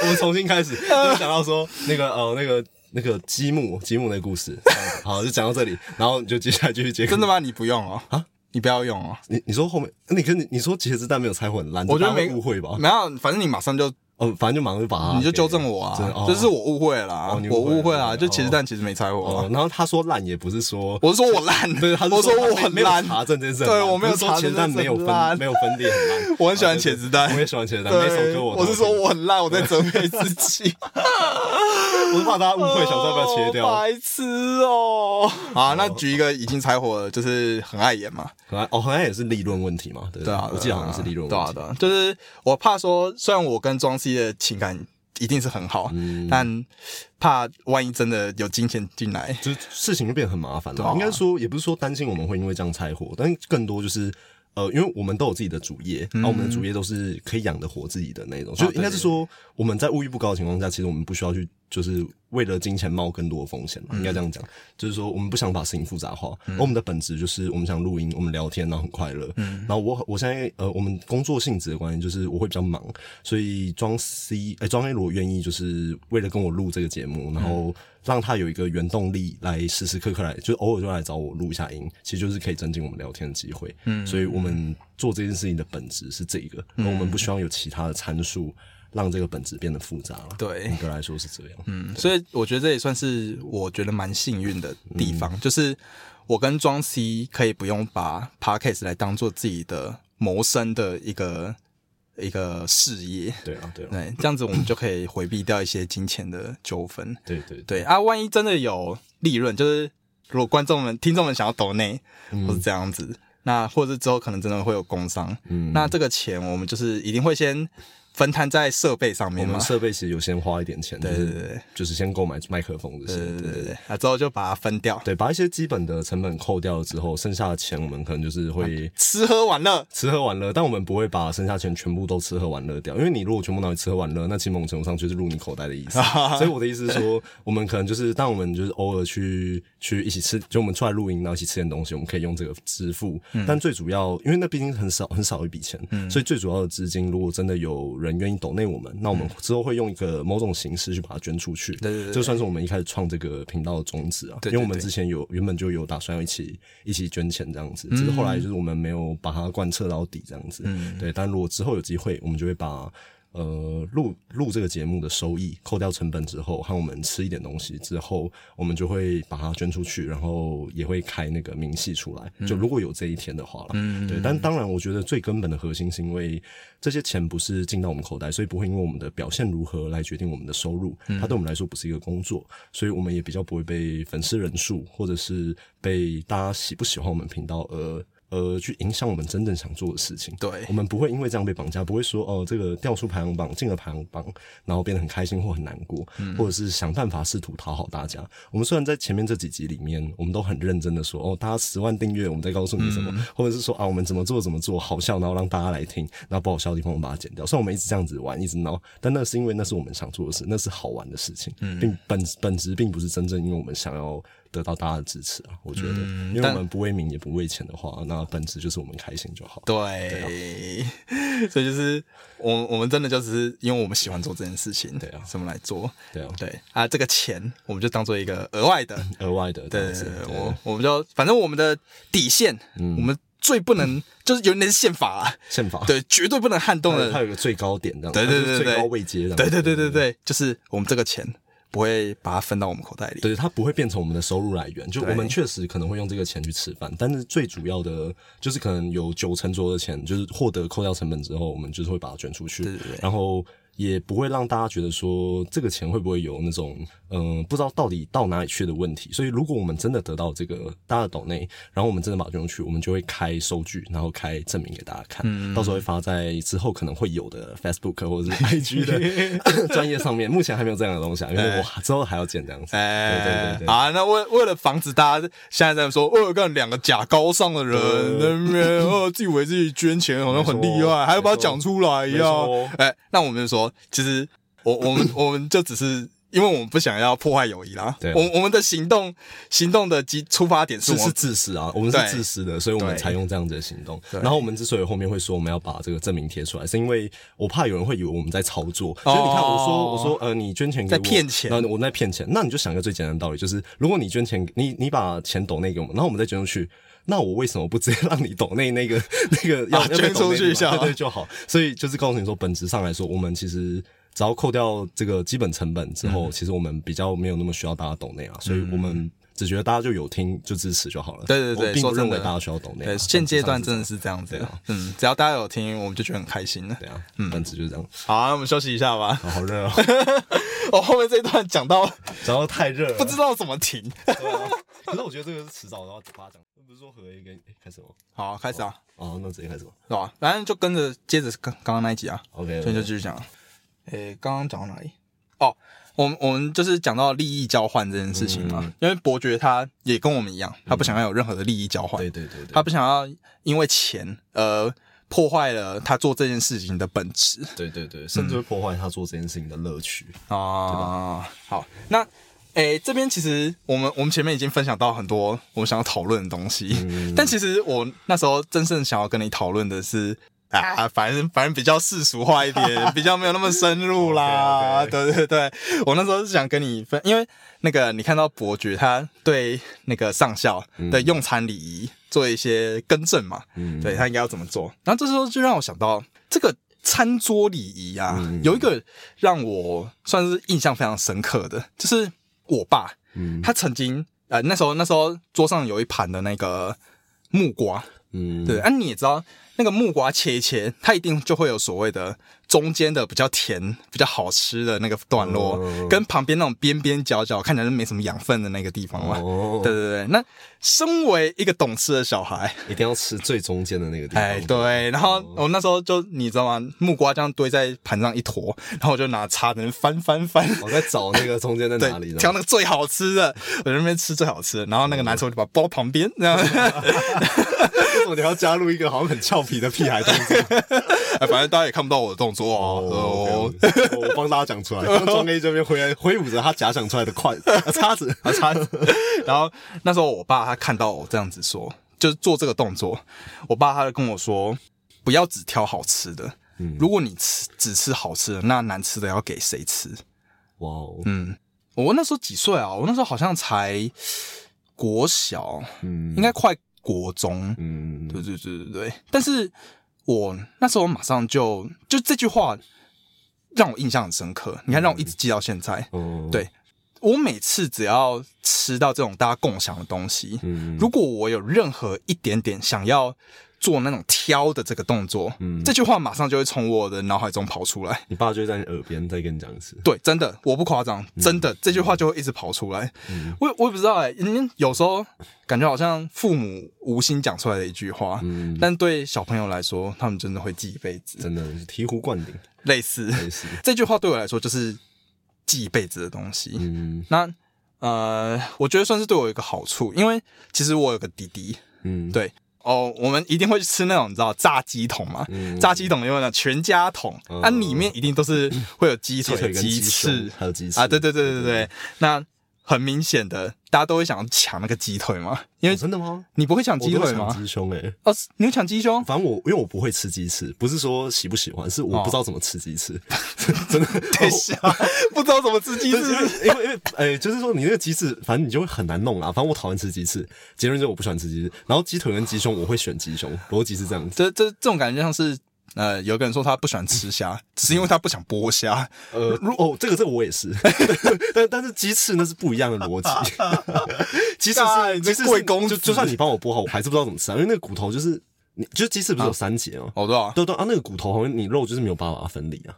我们重新开始，就讲到说那个呃那个。那个积木，积木那个故事，好，就讲到这里，然后你就接下来继续接。
真的吗？你不用哦，啊，你不要用哦，
你你说后面，你跟你你说茄子蛋没有拆混烂，
我觉得
大家
没
会误会吧？
没有，反正你马上就
哦，反正就马上就把它
你就
哦给
纠正我啊
真的哦，
这是我误会了啊
哦你，误
我
会
误会啦，
了
就茄子蛋其实没猜我
哦
啊，。
然后他说烂也不是说，
我是说我烂，
对，他是
我说
他
我
没
很
没有
烂，
查证这件事很
对
烂
我没有
不是说
查
茄
证
子蛋
这件事
没有
很烂，
分没有分裂很烂
我很喜欢
啊对对
茄子蛋
我也喜欢茄子蛋，每
对，
首歌我都
我是说
听
我很烂，我在责备自 己。
我是怕大家误会，想说要不要切掉
哦， 白痴哦！啊，那举一个已经柴火了，就是很碍眼嘛。
可能哦，好像也是利润问题嘛，对
对啊，
我记得好像是利润
对啊，
问题
对，啊，就是我怕说，虽然我跟庄 C 的情感一定是很好，
嗯
但怕万一真的有金钱进来，
就是事情就变得很麻烦
对啊
了。应该说，也不是说担心我们会因为这样拆伙，但更多就是。呃，因为我们都有自己的主业，然后我
嗯
们的主业都是可以养得活自己的
啊
那种，所以应该是说我们在物欲不高的情况下，其实我们不需要去就是为了金钱冒更多的风险嘛，应该这样
嗯
讲， 就是说我们不想把事情复杂化，而我们的本质就是我们想录音，我们聊天，然后很快乐。
嗯
然后我我现在呃，我们工作性质的关系就是我会比较忙，所以庄 C 哎庄 A 如果愿意，就是为了跟我录这个节
嗯
目，然后让他有一个原动力来时时刻刻来，就是偶尔就来找我录一下音，其实就是可以增进我们聊天的机会。嗯，所以我们做这件事情的本质是这一个，
嗯
而我们不希望有其他的参数让这个本质变得复杂了。
对
严格来说是这样。嗯，
嗯，所以我觉得这也算是我觉得蛮幸运的地
嗯
方，就是我跟庄 C 可以不用把 podcast 来当做自己的谋生的一个一个事业。
对啊，对啊，
对，这样子我们就可以回避掉一些金钱的纠纷。
对对对，
对啊，万一真的有利润，就是如果观众们、听众们想要抖内，或是这样子，那或者是之后可能真的会有工伤，
嗯
那这个钱我们就是一定会先分摊在设备上
我
面嘛
们。设备其实有先花一点钱，对
对对对，
就是先购买麦克风这些，
对对对对对，啊，之后就把它分掉。
对，把一些基本的成本扣掉了之后，剩下的钱我们可能就是会
吃喝玩乐，
吃喝玩乐，但我们不会把剩下钱全部都吃喝玩乐掉，因为你如果全部拿去吃喝玩乐，那其实某种程度上就是入你口袋的意思。 所以我的意思是说，我们可能就是当我们就是偶尔去去一起吃，就我们出来露营，然后一起吃点东西，我们可以用这个支付。但最主要，因为那毕竟很少很少一笔钱，所以最主要的资金，如果真的有人愿意抖内我们，那我们之后会用一个某种形式去把它捐出去。
对对对
这算是我们一开始创这个频道的宗旨啊，
对对
因为我们
对
之前有原本就有打算要一起一起捐钱这样
嗯
子，只是后来就是我们没有把它贯彻到底这样子。对，但如果之后有机会，我们就会把呃录录这个节目的收益，扣掉成本之后，和我们吃一点东西之后，我们就会把它捐出去，然后也会开那个明细出来。就如果有这一天的话了，
嗯
对。但当然，我觉得最根本的核心是因为这些钱不是进到我们口袋，所以不会因为我们的表现如何来决定我们的收入。
嗯
它对我们来说不是一个工作，所以我们也比较不会被粉丝人数或者是被大家喜不喜欢我们频道而。呃，去影响我们真正想做的事情。
对
我们不会因为这样被绑架，不会说哦，这个掉出排行榜，进了排行榜，然后变得很开心或很难过，或者是想办法试图讨好大家。我们虽然在前面这几集里面，我们都很认真的说哦，大家十万订阅，我们再告诉你什么，或者是说啊，我们怎么做怎么做好笑，然后让大家来听，那不好笑的地方我们把它剪掉。虽然我们一直这样子玩，一直闹，但那是因为那是我们想做的事，那是好玩的事情，并本本质并不是真正因为我们想要。得到大家的支持啊，我觉得，因为我
但
们不为名也不为钱的话，那本质就是我们开心就好。
对， 所以就是我我们真的就只是因为我们喜欢做这件事情，
对啊
所以我们来做，
对啊，
对啊，这个钱我们就当做一个额外的，
额外的这
对
样子，对
我我们就反正我们的底线，我们最不能就是有点是宪法啊，
宪法，
对，绝对不能撼动
它有，它
的，
有一个最高点这样，
对对
它就是
对对
最高位阶这样，
对对对对对，就是我们这个钱不会把它分到我们口袋里，
对，它不会变成我们的收入来源。就
对
我们确实可能会用这个钱去吃饭，但是最主要的就是可能有九成左右的钱，就是获得扣掉成本之后，我们就是会把它捐出去。
对对对
然后。也不会让大家觉得说这个钱会不会有那种嗯、呃不知道到底到哪里去的问题。所以如果我们真的得到这个大家的岛内，然后我们真的把它捐出去，我们就会开收据，然后开证明给大家看，
嗯
到时候会发在之后可能会有的 Facebook 或者是 IG 的 专业上面。目前还没有这样的东西啊，因为我之后还要建这样子。
哎，
对对对对
好啊，那为为了防止大家现在在说，哦，有个两个假高尚的人，那边哦，自以为自己捐钱好像很厉
没错
害，还要把它讲出来一
没
样
错。
哎，那我们就说，其实我我 们我们就只是。因为我们不想要破坏友谊啦，
对啊
我我们的行动行动的基出发点是
是
我
是自私啊，我们是
对
自私的，所以我们才用这样子的行动。
对
然后我们之所以后面会说我们要把这个证明贴出来，是因为我怕有人会以为我们在操作。所以你看，我说我说呃，你捐钱给我
哦在骗钱
然后我在骗钱，那你就想一个最简单的道理，就是如果你捐钱，你你把钱抖内给我们，然后我们再捐出去。那我为什么不直接 让你抖内那个那个要、
啊
要被
捐出
抖内的
去
地方
是吧
对 对就好。所以就是告诉你说，本质上来说，我们其实只要扣掉这个基本成本之
嗯
后，其实我们比较没有那么需要大家懂内啊，所以我们只觉得大家就有听就支持就好了。
对对对
我并不
说真
认
的
为大家需要懂内
对
啊。本质
现阶段
上
真
是
的是这样子的，嗯，只要大家有听，我们就觉得很开心了。
这样对啊，本质就是这样。
好啊，那我们休息一下吧。
好好 热哦，
我后面这一段讲到
然后太热 了，
不知道怎么停。
对啊。可是我觉得这个是迟早的，然后把它讲。不是说合一跟诶开始吗？
好，开始啊。
哦，那直接开始吧。
是吧？反正就跟着接着刚刚刚那一集啊，
OK，
所以就继续讲。诶、刚刚讲到哪里？哦，我们我们就是讲到利益交换这件事情嘛，因为伯爵他也跟我们一样，他不想要有任何的利益交换，
对对对对，
他不想要因为钱而破坏了他做这件事情的本质
对对
嗯
对，甚至会破坏他做这件事情的乐趣。
啊。好，那诶、这边其实我们我们前面已经分享到很多我们想要讨论的东西， 但其实我那时候真正想要跟你讨论的是。啊，反正反正比较世俗化一点，比较没有那么深入啦。
OK，OK
对对对，我那时候是想跟你分，因为那个你看到伯爵他对那个上校的用餐礼仪做一些更正嘛，
嗯
对他应该要怎么做。然后这时候就让我想到这个餐桌礼仪啊，
嗯
有一个让我算是印象非常深刻的，就是我爸
嗯
他曾经呃那时候那时候桌上有一盘的那个木瓜，
嗯，
对，啊，你也知道那个木瓜切一切，它一定就会有所谓的中间的比较甜、比较好吃的那个段落，
嗯
跟旁边那种边边角角看起来就没什么养分的那个地方嘛。
哦，
对对对，那身为一个懂吃的小孩，
一定要吃最中间的那个地方。
哎，对，然后我那时候就你知道吗？木瓜这样堆在盘上一坨，然后我就拿叉子翻翻翻，
我在找那个中间在
对
哪里，呢？
挑那个最好吃的，我在那边吃最好吃的，然后那个男生就把包旁边这样，
为什么你要加入一个好像很俏皮的屁孩动作？
哎反正大家也看不到我的动作哦。
哦，我帮大家讲出来，刚庄 A 这边挥挥舞着他假想出来的筷子、啊叉子、啊叉子，
哦然后那时候我爸他看到我这样子说，就是做这个动作，我爸他就跟我说，不要只挑好吃的，如果你吃只吃好吃的，那难吃的要给谁吃？
哇哦，
嗯，我那时候几岁啊？我那时候好像才国小，
嗯
应该快国中。
嗯，
对对对对对。但是我那时候马上就就这句话，让我印象很深刻。你看，让我一直记到现在。
哦，
对我每次只要吃到这种大家共享的东西，
嗯，
如果我有任何一点点想要做那种挑的这个动作，
嗯
这句话马上就会从我的脑海中跑出来。
你爸就会在你耳边再跟你讲一次，
对，真的，我不夸张，真的、这句话就会一直跑出来。
嗯
我我也不知道哎、嗯，有时候感觉好像父母无心讲出来的一句话，
嗯，
但对小朋友来说，他们真的会记一辈子。
真的是醍醐灌顶，
类似
类似，
这句话对我来说就是记一辈子的东西。
嗯
那呃，我觉得算是对我有一个好处，因为其实我有个弟弟，
嗯，
对哦，我们一定会去吃那种你知道炸鸡桶嘛，
嗯
炸鸡桶有那全家桶，
嗯
啊，里面一定都是会有鸡
鸡
腿、
腿跟
鸡
鸡
翅
翅还有鸡翅
啊，对对对对对对，那很明显的，大家都会想要抢那个鸡腿嘛，因
哦
为
真的吗？
你不会抢
我
鸡
都
腿
抢
吗？
鸡胸哎、欸，
哦，你会抢鸡胸？
反正我因为我不会吃鸡翅，不是说喜不喜欢，是我
哦
不知道怎么吃鸡翅，
等一下，不知道怎么吃鸡
就是
翅。
因为因为呃、就是说你那个鸡翅，反正你就会很难弄啊。反正我讨厌吃鸡翅，结论就是我不喜欢吃鸡翅。然后鸡腿跟鸡胸，我会选鸡胸，逻辑是这 样 子。
这这这种感觉像是，呃，有个人说他不喜欢吃虾，只是因为他不想剥虾。
呃，如哦，这个这个我 也是，但但是鸡翅那是不一样的逻辑。鸡翅
干
是
你
鸡
这
翅是
贵公子
就就算你帮我剥好，我还是不知道怎么吃啊，因为那个骨头就是你，就是鸡翅不是有三节吗？
哦，对啊，
对对啊，那个骨头好像你肉就是没有办法分离啊。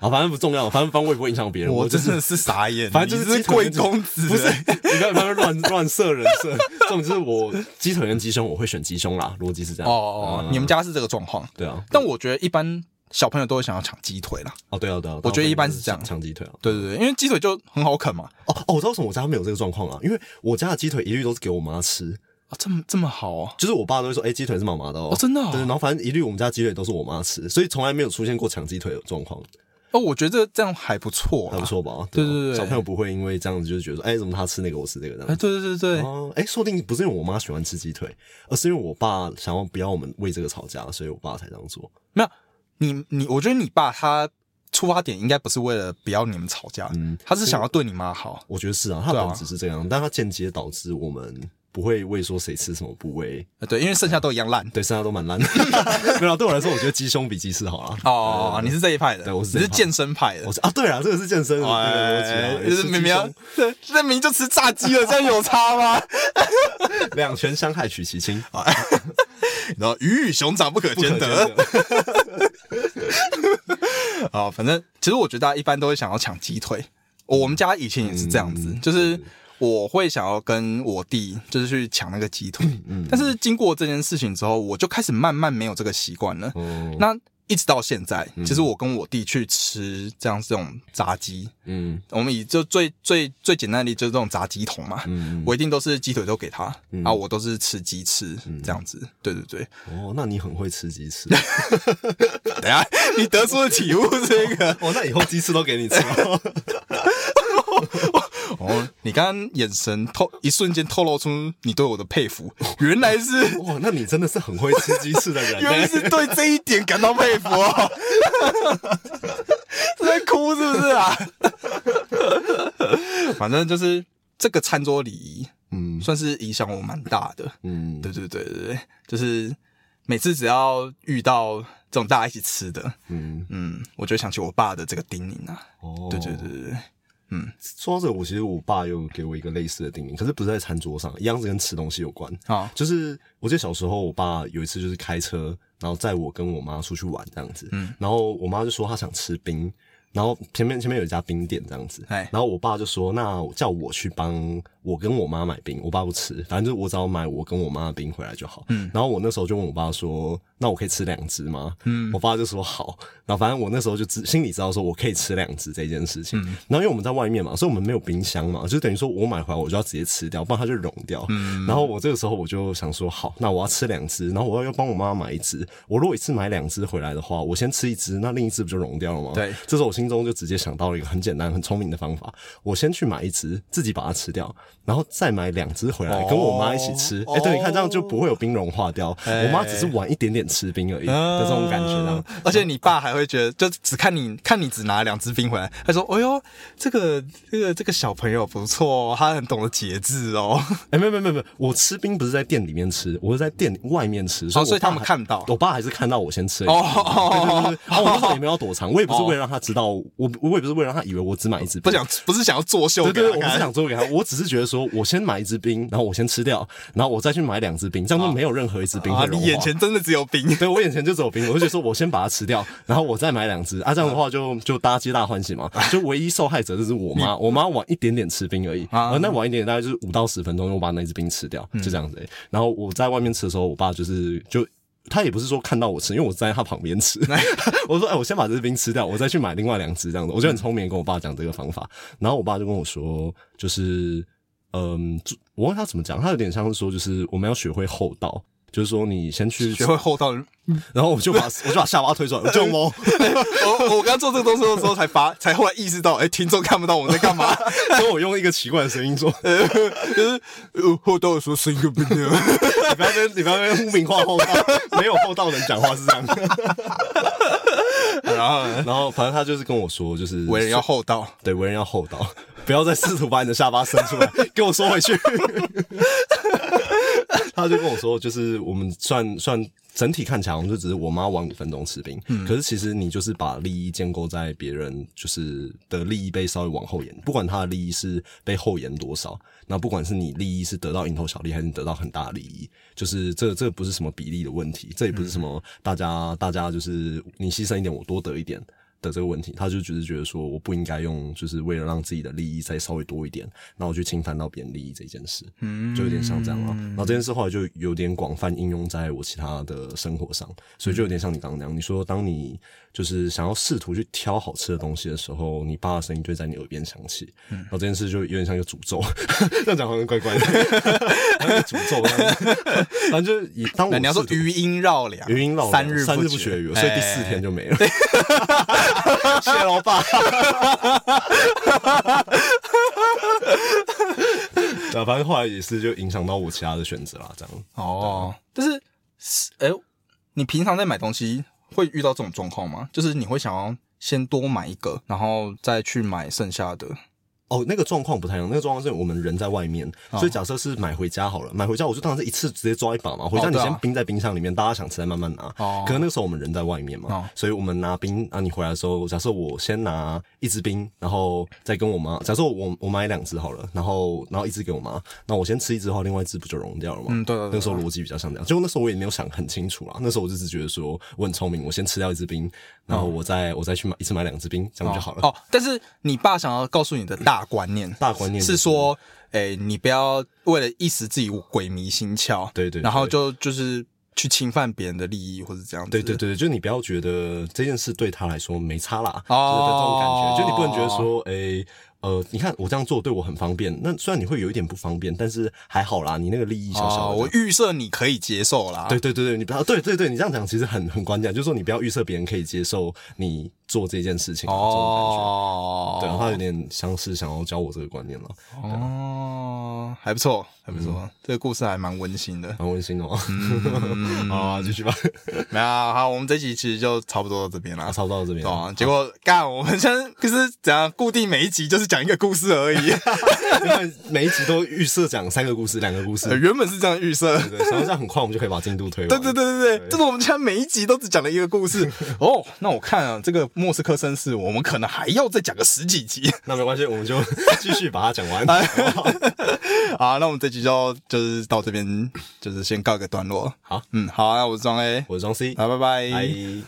啊，反正不重要，反正反正我也不会影响别人，我
我
就
真
是
的是傻眼，
反正就
你
是
是
鸡腿
贵
跟鸡
公子，欸
不是你不要不要乱乱设人设。重点就是我鸡腿跟鸡胸，我会选鸡胸啦，逻辑是这 样。
哦哦，哦，
嗯
你们家是这个状况，
对啊，
但我觉得一般小朋友都会想要抢鸡腿啦。
哦对啊对啊，
我觉得一般是这样
抢鸡腿啊。
对对对，因为鸡腿就很好啃嘛。
哦哦，我知道为什么我家没有这个状况啊，因为我家的鸡腿一律都是给我妈吃，
啊，这么这么好哦，
就是我爸都会说，哎、鸡腿是妈妈的哦，
哦真的哦
对，然后反正一律我们家鸡腿都是我妈吃，所以从来没有出现过抢鸡腿的状况，
哦，我觉得这样还不错，
还不。错吧？
对
啊
对对
小朋友不会因为这样子就觉得说，哎、怎么他吃那个我吃这个这样
哎，对对对对，
哦，哎，说不定不是因为我妈喜欢吃鸡腿，而是因为我爸想要不要我们为这个吵架，所以我爸才这样做。
没有你你，我觉得你爸他出发点应该不是为了不要你们吵架，
嗯
他是想要对你妈好。
我觉得是啊，他
对啊
本质是这样，但他间接导致我们不会为说谁吃什么部 位，
呃对，因为剩下都一样烂。
对，剩下都蛮 烂的。没有啊，对我来说，我觉得鸡胸比鸡翅好 啦。
哦，你是这一派的，
对我是
你
这一
是
派
健身派的
我。是啊，对啊，这个啊是健身的
哎，就是明明要
要
对，那明明就吃炸鸡了，这样有差吗？
两全相害取其 轻，
然后鱼与熊掌不可
不可
兼
兼
得
得。
啊、反正其实我觉得大家一般都会想要抢鸡腿，我我们家以前也是这样子，
嗯
就是我会想要跟我弟就是去抢那个鸡 腿，
嗯
但是经过这件事情之后，我就开始慢慢没有这个习惯了。
哦，
那一直到现在，其实我跟我弟去吃这样这种炸鸡，
嗯
我们以就最最最简单的例子就是这种炸鸡桶嘛，
嗯，
我一定都是鸡腿都给他，啊，我都是吃鸡翅这样子。对对对，
哦，那你很会吃鸡翅，
等一下你得出的体悟是这 个
哦，那以后鸡翅都给你吃哦。
哦，你刚刚眼神透一瞬间透露出你对我的佩服，原来是
哇，那你真的是很会吃鸡翅的人，
原来是对这一点感到佩服哦。是 在哭是不是啊？ 反正就是这个餐桌礼仪，
嗯
算是影响我蛮大的。
嗯，
对对对对对，就是每次只要遇到这种大家一起吃的，
嗯，
嗯，我就想起我爸的这个叮咛啊。
哦，
对对对对对，
说到这个，我其实我爸有给我一个类似的叮咛，可是不是在餐桌上，一样是跟吃东西有关。
好，
就是我记得小时候，我爸有一次就是开车，然后载我跟我妈出去玩这样子，
嗯
然后我妈就说她想吃冰，然后前面前面有一家冰店这样子，
哎
然后我爸就说那叫我去帮我跟我妈买冰，我爸不吃，反正就是我只要买我跟我妈的冰回来就好。
嗯
然后我那时候就问我爸说，那我可以吃两只吗？
嗯
我爸就说好，然后反正我那时候就知心里知道说我可以吃两只这件事情。
嗯
然后因为我们在外面嘛，所以我们没有冰箱嘛，就等于说我买回来我就要直接吃掉，不然它就融
嗯
掉。然后我这个时候我就想说，好，那我要吃两只，然后我要要帮我妈买一只。我如果一次买两只回来的话，我先吃一只，那另一只不就融掉了吗？
对
这时候我心中就直接想到了一个很简单、很聪明的方法，我先去买一只，自己把它吃掉，然后再买两只回来
哦
跟我妈一起吃。哎、对，你看这样就不会有冰融化掉。
哎嗯
我妈只是晚一点点吃冰而已的这种感觉啊。
而且你爸还会觉得，就只看你看你只拿两只冰回来，他说：“哎呦，这个这个这个小朋友不错哦，他很懂得节制哦。
哎、没有没有没有没有，我吃冰不是在店里面吃，我是在店外面吃，所以,、
哦所以他们看到
我爸还是看到我先吃了一
哦
只冰。对对对对啊，我那时候也没有要躲藏，我也不是
哦
为了让他知道，我我我也不是为了让他以为我只买一只”
不
冰，
想不是想要作秀
对
给
对，我
他
不是
看，
想做给他，我只是觉得说，我先买一支冰，然后我先吃掉，然后我再去买两支冰，这样就没有任何一支冰
啊
会，融
你
化。
眼前真的只有冰。
对我眼前就走冰，我就觉得说我先把它吃掉，然后我再买两只啊，这样的话
嗯
就就大家皆大欢喜嘛。就唯一受害者就是我妈，我妈晚一点点吃冰而已，
啊嗯
啊，那晚一点点大概就是五到十分钟，我把那只冰吃掉，就这样子而已、然后我在外面吃的时候，我爸就是就。他也不是说看到我吃，因为我站在他旁 边吃。我说：“哎、我先把这只冰吃掉，我再去买另外两只这样子。”我就很聪明，跟我爸讲这个方法。然后我爸就跟我说：“就是嗯，就我问他怎么讲，他有点像是说，就是我们要学会厚道，就是说你先去
学会厚道。
然后我就把我就把下巴推出来，我就摸。
我我刚做这个动作的时候，才发才后来意识到，哎、听众看不到我们在干嘛，
所以我用一个奇怪的声音说
就是呃厚道的时候声音就变了。：“
你不要跟你不要跟污名化厚道，没有厚道人讲话是这样。
然后”呢
然后反正他就是跟我说，就是
为人要厚道。
对为人要厚道，不要再试图把你的下巴伸出来，给我缩回去。 他就跟我说，就是我们算算整体看起来，我们就只是我妈晚五分钟吃冰，可是其实你就是把利益建构在别人就是的利益被稍微往后延，不管他的利益是被后延多少，那不管是你利益是得到蝇头小利，还是你得到很大的利益，就是这这不是什么比例的问题，这也不是什么大家大家就是你牺牲一点，我多得一点。的这个问题，他就只是觉得说，我不应该用，就是为了让自己的利益再稍微多一点，然后去侵犯到别人利益这件事。
嗯
就有点像这样啊。然后这件事后来就有点广泛应用在我其他的生活上，所以就有点像你刚刚那样，你说当你就是想要试图去挑好吃的东西的时候，你爸的声音就会在你耳边响起，然后这件事就有点像一个诅咒， 这样讲好像怪怪的， 好像一个诅咒这样子。 反正就是以当我
那你要说
试图
余音绕梁，
余音绕梁
三日哎
三日不学语，所以第四天就没了。谢老爸。对啊，反正后来也是就影响到我其他的选择啦，这样。
哦，但是，是哎、你平常在买东西会遇到这种状况吗？就是你会想要先多买一个，然后再去买剩下的。
哦，那个状况不太一样，那个状况是我们人在外面，所以假设是买回家好了，买回家我就当然是一次直接抓一把嘛，回家你
对啊
先冰在冰箱里面，大家想吃再慢慢拿。
哦
可能那个时候我们人在外面嘛，
哦
所以我们拿冰啊，你回来的时候，假设我先拿一支冰，然后再跟我妈，假设我我买两只好了，然后然后一只给我妈，那我先吃一只的话，另外一只不就融掉了吗？
嗯对对对
那时候逻辑比较像这样，结果那时候我也没有想很清楚啦，那时候我就只觉得说我很聪明，我先吃掉一支冰，然后我再、我再去买一次买两支冰，这样就好了。
嗯哦，但是你爸想要告诉你的大观念，
大观念就是
说，哎、你不要为了一时自己鬼迷心窍，
对对对
然后就就是去侵犯别人的利益或者这样子。
对对，对，就你不要觉得这件事对他来说没差啦，
哦
就是这种感觉，就你不能觉得说，诶、呃，你看我这样做对我很方便，那虽然你会有一点不方便，但是还好啦，你那个利益小小
哦
的，这
我
样。
预设你可以接受啦。
对对对对，你不要对对对，你这样讲其实很很关键，就是说你不要预设别人可以接受你做这件事情，哦，
哦
这种感觉，，对，然后他有点像是想要教我这个观念了，
哦，还不错，还不
嗯
错，这个故事还蛮温馨的。
蛮温馨的哦。好啊，继续吧，
没有啊，好，我们这集其实就差不多到这边
啊
啦。
差不多到这边
对，啊，结果干，我们现在就是怎样固定每一集就是讲一个故事而 已。
因为每一集都预设讲三个故事，两个故事
呃，原本是这样预设，
对，想要这样很快，我们就可以把进度推完。
对对对对对，就是我们现在每一集都只讲了一个故 事。哦，那我看啊，这个莫斯科绅士，我们可能还要再讲个十几 集。
那没关系，我们就继续把它讲完。
好，那我们这集就就是到这边，就是先告一个段落。
好，
嗯，好啊，我是庄 A，
我是庄 C，
好，拜拜。
拜。